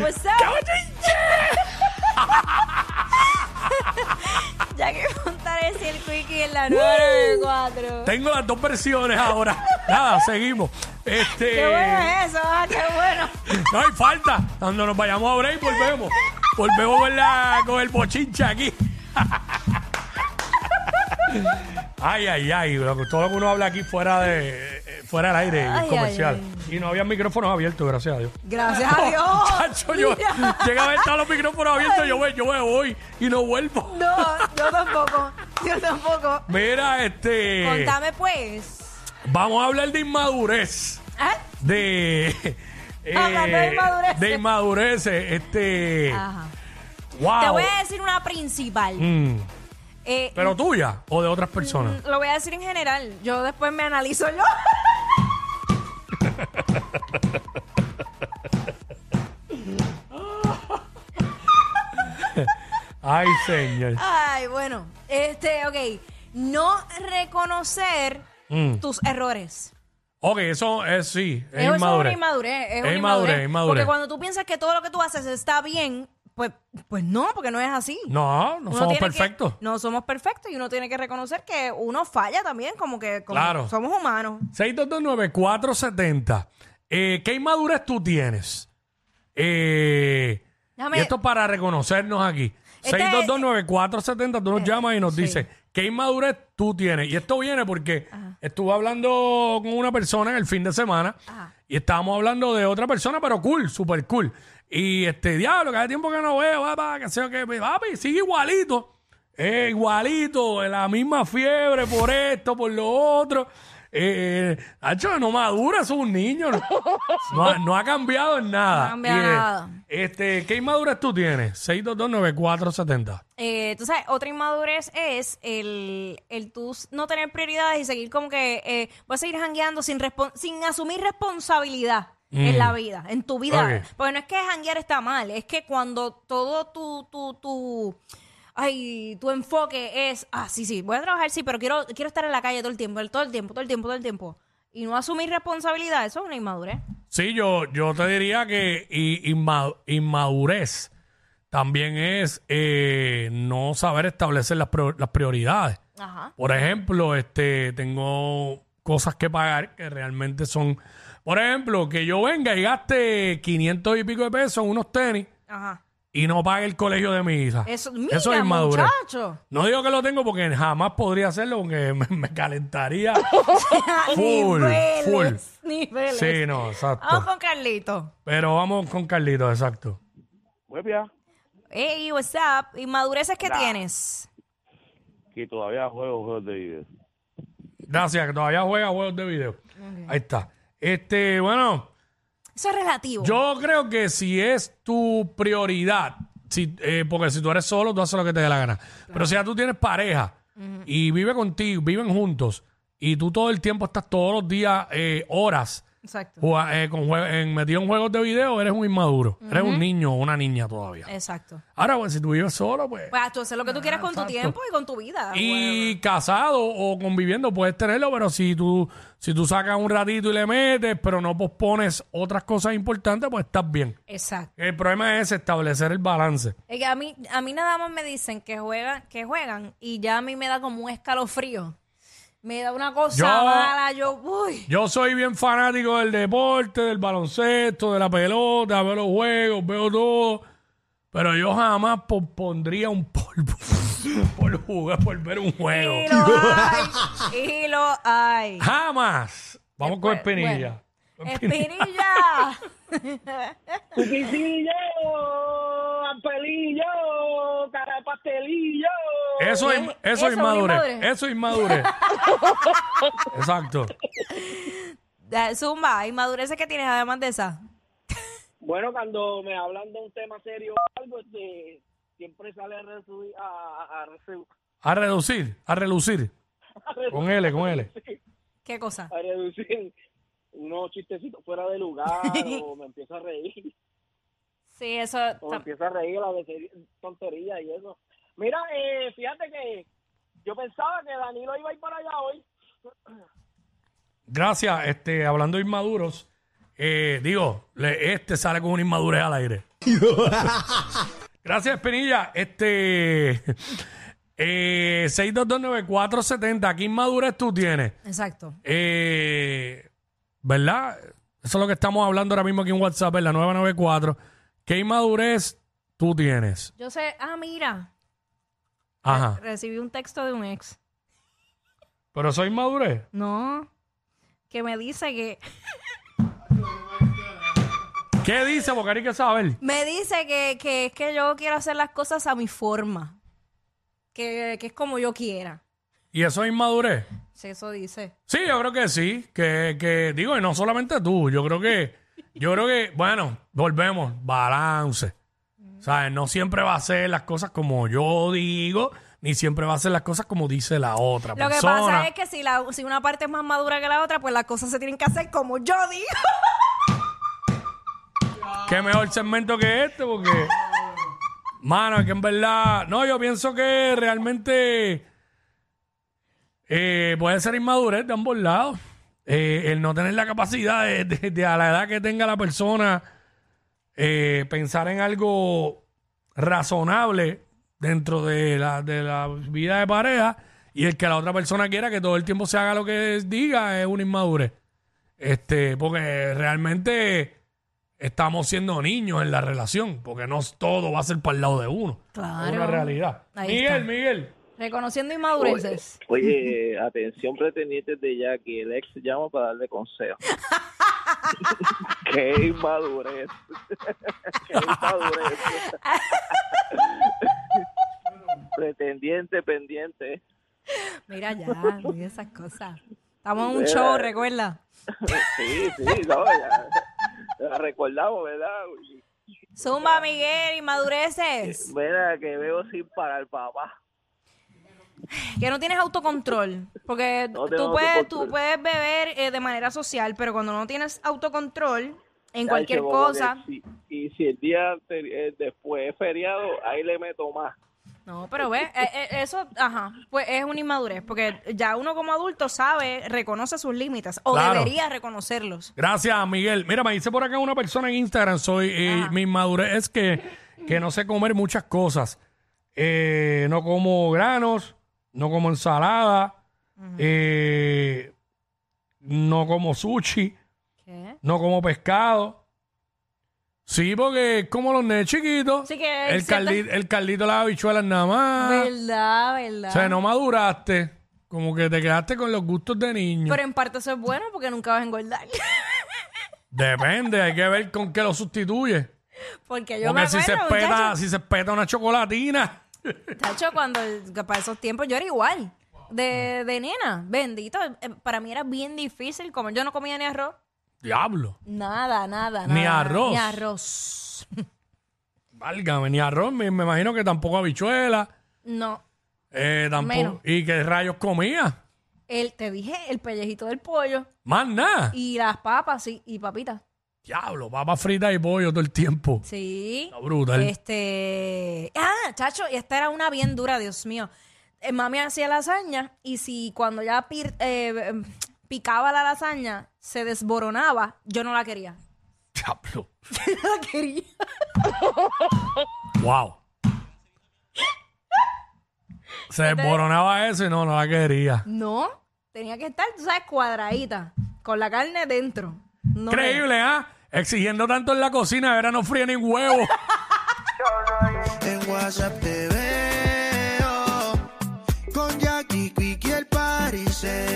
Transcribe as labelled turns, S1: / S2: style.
S1: What's up? Jackie Fontanes y el Quickie en la 994.
S2: Tengo las dos versiones ahora. Nada, seguimos. Este.
S1: Qué bueno es eso, ah, qué bueno.
S2: No hay falta. Cuando nos vayamos a break, volvemos. Volvemos con, la- con el bochincha aquí. Ay, ay, ay. lo que- Todo lo que uno habla aquí fuera de eh, fuera del aire
S1: Ay,
S2: comercial.
S1: ay,
S2: Y no había micrófonos abiertos, gracias a Dios.
S1: Gracias a Dios.
S2: Chacho, yo
S1: Mira.
S2: llega a ver todos los micrófonos abiertos, yo voy, yo me voy y no vuelvo.
S1: No, yo tampoco. Yo tampoco.
S2: Mira, este.
S1: Contame pues.
S2: Vamos a hablar de inmadurez.
S1: ¿Ah?
S2: De. eh,
S1: Hablando de inmadurez.
S2: de inmadurez, Este.
S1: Ajá.
S2: Wow.
S1: Te voy a decir una principal.
S2: Ah, Mm,
S1: Eh,
S2: ¿Pero tuya o de otras personas?
S1: Lo voy a decir en general. Yo después me analizo yo.
S2: Ay, señor.
S1: Ay, bueno. Este, ok. No reconocer
S2: Mm.
S1: tus errores.
S2: Ok, eso es sí. Es
S1: Eso
S2: inmadurez.
S1: Es una inmadurez. Es,
S2: Es
S1: una
S2: inmadurez,
S1: inmadurez.
S2: inmadurez.
S1: Porque cuando tú piensas que todo lo que tú haces está bien, pues, pues no, porque no es así.
S2: No, no
S1: Uno
S2: somos
S1: tiene que-
S2: perfectos.
S1: no somos perfectos y uno tiene que reconocer que uno falla también, como que como
S2: Claro.
S1: somos humanos.
S2: 6229470. Eh, ¿Qué inmadurez tú tienes? Eh,
S1: Déjame-
S2: y esto para reconocernos aquí.
S1: Este- Eh,
S2: 6229470, tú nos llamas y nos dices, ¿qué inmadurez tú tienes? Y esto viene porque estuve hablando con una persona en el fin de semana y estábamos hablando de otra persona, pero cool, super cool. Y este, diablo, que hace tiempo que no veo, papá, que sé que, papi, sigue igualito. Eh, igualito, la misma fiebre por esto, por lo otro. Eh, hacho, no madura, es un niño. No, no ha, no ha cambiado en nada.
S1: No ha cambiado
S2: Y, eh,
S1: nada.
S2: Este, ¿Qué inmadurez tú tienes? 6229470.
S1: Eh, tú sabes, otra inmadurez es el, el tú s- no tener prioridades y seguir como que eh, voy a seguir jangueando sin, respon- sin asumir responsabilidad en la vida, en tu vida.
S2: Mm. Ok.
S1: Porque no es que janguear está mal, es que cuando todo tu, tu, tu, ay, tu enfoque es, ah, sí, sí, voy a trabajar, sí, pero quiero, quiero estar en la calle todo el tiempo, el- todo el tiempo, todo el tiempo, todo el tiempo. Y no asumir responsabilidad, eso es una inmadurez.
S2: Sí, yo, yo te diría que i- inma- inmadurez también es eh, no saber establecer las, pro- las prioridades.
S1: Ajá.
S2: Por ejemplo, este, tengo cosas que pagar que realmente son, por ejemplo, que yo venga y gaste 500 y pico de pesos en unos tenis
S1: Ajá.
S2: y no pague el colegio de mi hija.
S1: Eso, mira,
S2: es inmadurez.
S1: muchacho.
S2: No digo que lo tengo porque jamás podría hacerlo porque me, me calentaría. Full, full.
S1: niveles, niveles.
S2: Sí, no,
S1: Vamos
S2: exacto.
S1: con Carlito.
S2: Pero vamos con Carlitos, exacto.
S3: Huevia,
S1: Hey, what's up? ¿Inmadureces que tienes?
S3: que todavía juego juegos de video.
S2: Gracias, que todavía juega juegos de video. Ahí está. Este, bueno,
S1: Eso es relativo.
S2: yo creo que si es tu prioridad, si, eh, porque si tú eres solo, tú haces lo que te dé la gana. Pero si ya tú tienes pareja y vive contigo, viven juntos, y tú todo el tiempo estás todos los días, eh, horas,
S1: Exacto.
S2: jua- eh, con jue- en- metido en juegos de video, eres un inmaduro. Eres un niño o una niña todavía.
S1: Exacto.
S2: Ahora, pues, si tú vives solo, pues...
S1: Pues tú haces lo que tú quieras con
S2: exacto.
S1: tu tiempo y con tu vida.
S2: Y casado o conviviendo puedes tenerlo, pero si tú, si tú sacas un ratito y le metes, pero no pospones otras cosas importantes, pues estás bien.
S1: Exacto.
S2: El problema es establecer el balance.
S1: Es que a mí, a mí nada más me dicen que juegan, que juegan y ya a mí me da como un escalofrío. Me da una cosa
S2: Yo-
S1: mala. Yo, uy.
S2: Yo soy bien fanático del deporte, del baloncesto, de la pelota, veo los juegos, veo todo, pero yo jamás pondría un polvo por jugar, por ver un juego.
S1: Y lo hay. Y lo hay.
S2: Jamás. Vamos con Espinilla.
S1: Espinilla.
S4: Cuquitillo, ampelillo, carapastelillo.
S2: Eso es,
S1: Bien, eso
S2: eso
S1: es
S2: es inmadurez.
S1: inmadurez.
S2: Eso es inmadurez. Exacto.
S1: Da- Zumba, inmadureces que tienes además de esa.
S4: Bueno, cuando me hablan de un tema serio o algo, este, siempre sale a, resu- a, a resu-
S2: A reducir, a relucir. Con L, con L.
S1: ¿Qué cosa?
S4: a reducir unos chistecitos fuera de lugar o me empiezo a reír.
S1: Sí, eso.
S4: o me
S1: tam-
S4: empieza a reír la de tontería y eso. Mira, eh, fíjate que yo pensaba que Danilo iba a ir para allá hoy.
S2: Gracias. Este, hablando de inmaduros, eh, digo, le- este sale con una inmadurez al aire. Gracias, Pinilla. Este. Eh, 6229470. ¿Qué inmadurez tú tienes?
S1: Exacto.
S2: Eh, ¿Verdad? Eso es lo que estamos hablando ahora mismo aquí en WhatsApp, en la 994. ¿Qué inmadurez tú tienes?
S1: Yo sé, ah, mira,
S2: Ajá.
S1: recibí un texto de un ex.
S2: ¿Pero soy inmadurez?
S1: No, que me dice que,
S2: ¿Qué dice? Porque hay que saber.
S1: me dice que, que es que yo quiero hacer las cosas a mi forma. Que, que es como yo quiera.
S2: ¿Y eso es inmadurez?
S1: Sí, eso dice.
S2: Sí, yo creo que sí. Que, que digo, y no solamente tú. Yo creo que, yo creo que, bueno, volvemos. Balance. ¿Sabes? No siempre va a ser las cosas como yo digo, ni siempre va a ser las cosas como dice la otra
S1: Lo que
S2: persona.
S1: pasa es que si, la, si una parte es más madura que la otra, pues las cosas se tienen que hacer como yo digo.
S2: Qué mejor segmento que este, porque. Mano, es que en verdad. No, yo pienso que realmente. eh, puede ser inmadurez de ambos lados. Eh, el no tener la capacidad de, de- de a la edad que tenga la persona, eh, pensar en algo razonable dentro de la, de la vida de pareja y el que la otra persona quiera que todo el tiempo se haga lo que diga es una inmadurez. Este, porque realmente estamos siendo niños en la relación, porque no todo va a ser para el lado de uno.
S1: Claro.
S2: Es una realidad.
S1: Ahí
S2: Miguel,
S1: está.
S2: Miguel.
S1: Reconociendo inmadureces.
S5: Oye, atención pretendientes de Jackie, el ex llama para darle consejo. Qué inmadurez. Qué inmadurez. Pretendiente, pendiente.
S1: Mira ya, mira esas cosas. Estamos en un show, recuerda.
S5: Sí, sí, no, ya. La recordamos, ¿verdad?
S1: Zumba, Miguel,
S5: Eh,
S1: inmadureces.
S5: Mira, que veo sin parar, papá.
S1: Que no tienes autocontrol. Porque
S5: No tengo
S1: tú, puedes,
S5: autocontrol.
S1: tú puedes beber eh, de manera social, pero cuando no tienes autocontrol en
S5: Ay,
S1: cualquier
S5: que como que
S1: cosa.
S5: si- y si el día anteri- eh, después es feriado, ahí le meto más.
S1: No, pero ves, eh, eh, eso, ajá, pues es una inmadurez. Porque ya uno como adulto sabe, reconoce sus límites. O
S2: Claro.
S1: debería reconocerlos.
S2: Gracias, Miguel. Mira, me dice por acá una persona en Instagram, soy eh, mi inmadurez es que, que no sé comer muchas cosas. Eh, no como granos, no como ensalada, eh, no como sushi,
S1: ¿Qué?
S2: no como pescado. Sí, porque es como los nenes chiquitos.
S1: Sí, que
S2: el,
S1: ciertas-
S2: caldito, el caldito de las habichuelas nada
S1: Ah.
S2: más.
S1: Verdad,
S2: O
S1: verdad.
S2: sea, no maduraste. Como que te quedaste con los gustos de niño.
S1: Pero en parte eso es bueno porque nunca vas a engordar.
S2: Depende, hay que ver con qué lo sustituye.
S1: Porque yo me
S2: Porque si
S1: acuerdo,
S2: se, espeta,
S1: muchacho,
S2: si se espeta una chocolatina.
S1: muchacho, cuando que para esos tiempos yo era igual.
S2: Ah.
S1: De, de nena, bendito. eh, Para mí era bien difícil comer. Yo no comía ni arroz.
S2: Diablo.
S1: Nada, nada, nada.
S2: Ni arroz.
S1: Ni arroz.
S2: Válgame, ni arroz. Me, me imagino que tampoco habichuela.
S1: No.
S2: eh, tampoco-
S1: Menos.
S2: ¿Y qué rayos comía?
S1: El, te dije el pellejito del pollo
S2: Más nada.
S1: y las papas sí, y papitas.
S2: Diablo, papas fritas y pollo todo el tiempo.
S1: Sí.
S2: Está brutal.
S1: Este. Ah, chacho, y esta era una bien dura, Dios mío. Eh, mami hacía lasaña y si cuando ya pir- eh, em, picaba la lasaña se desboronaba, yo no la quería.
S2: Diablo.
S1: No la quería.
S2: Wow. Se desboronaba eso y no, no la quería.
S1: Este- No, tenía que estar, tú sabes, cuadradita, con la carne dentro. No me-
S2: Increíble, ¿ah? Exigiendo tanto en la cocina, ahora no fríen ni huevo.
S6: En WhatsApp te veo con Jackie Quick y el Pariseo.